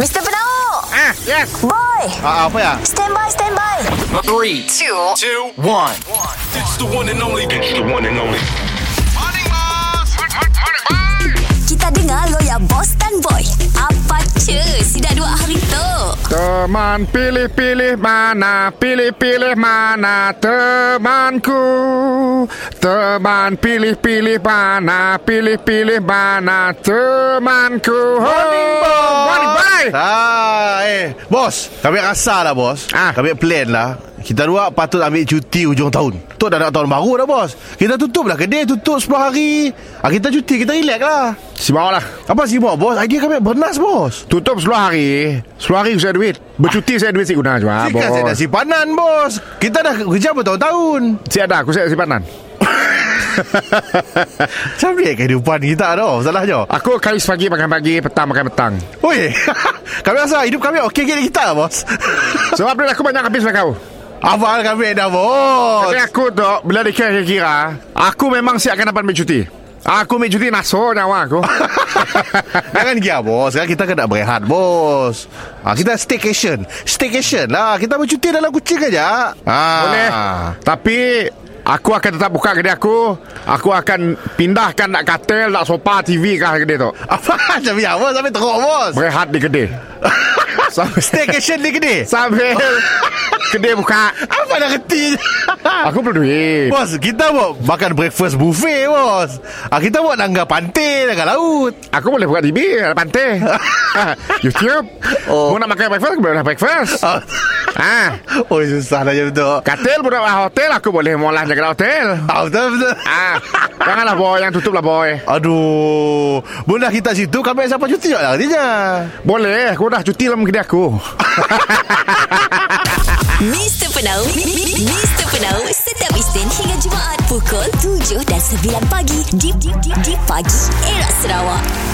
Mr. Penau Ah, yes. Boy Ah, ah, apa ya? Stand by, stand by Three, two, two, one. It's the one and only. It's the one and only. Kita dengar lo ya Boss dan Boy Apa cuy Si dah dua hari tu Teman pilih-pilih mana, pilih-pilih mana temanku. Teman pilih-pilih mana, pilih-pilih mana temanku. Morning, boy. Morning, boy. Ah, eh. Bos, kami rasa lah bos. Ah. Ah. Kami plan lah. Kita dua patut ambil cuti hujung tahun. Tu dah nak tahun baru dah bos. Kita tutup lah kedai, tutup 10 hari. Ah, kita cuti, kita relax lah. Sibuk lah. Apa sih bos? Bos, idea kami bernas bos. Tutup 10 hari 10 hari saya duit Bercuti saya duit Saya guna cuma Sikan saya dah simpanan bos. Kita dah kerja bertahun-tahun. Saya ada Aku saya simpanan Macam ni kehidupan kita tau. Masalahnya. Aku kais pagi makan pagi Petang makan petang Oi, kami rasa hidup kami okey-okey kita lah bos. Sebab duit aku banyak habis dengan kau Abang kami dah bos. Tapi aku tu Bila dikira-kira Aku memang siap akan dapat ambil cuti Aku ambil cuti Nasur nyawa aku Jangan gia bos Sekarang kita kena berehat bos ha, Kita staycation Staycation lah Kita bercuti dalam kucing aja ha. Boleh Tapi Aku akan tetap buka kedai aku Aku akan Pindahkan nak katel Nak sopa TV kah kedai tu Apa macam ya bos Sampai teruk bos Berehat di kedai Sampai Staycation ni kena Sampai Kedai buka Apa dah kerti Aku perlu duit Bos kita buat Makan breakfast buffet bos ha, Kita buat langgar pantai Langgar laut Aku boleh buka TV Ada pantai Ah, YouTube oh. Oh. Mau nak makan breakfast Aku boleh makan breakfast Ah. ah. Oh susah lah macam tu Katil boleh makan hotel Aku boleh molah jaga hotel ha, Betul-betul ah. Janganlah boy Yang tutup lah boy Aduh Bunda kita situ Kami siapa cuti tak lah Artinya Boleh Aku dah cuti dalam kedai aku Mr. Penau mi- mi- mi- Mr. Penau Setiap Isnin hingga Jumaat Pukul 7 dan 9 pagi Di, di, di, di pagi Era Sarawak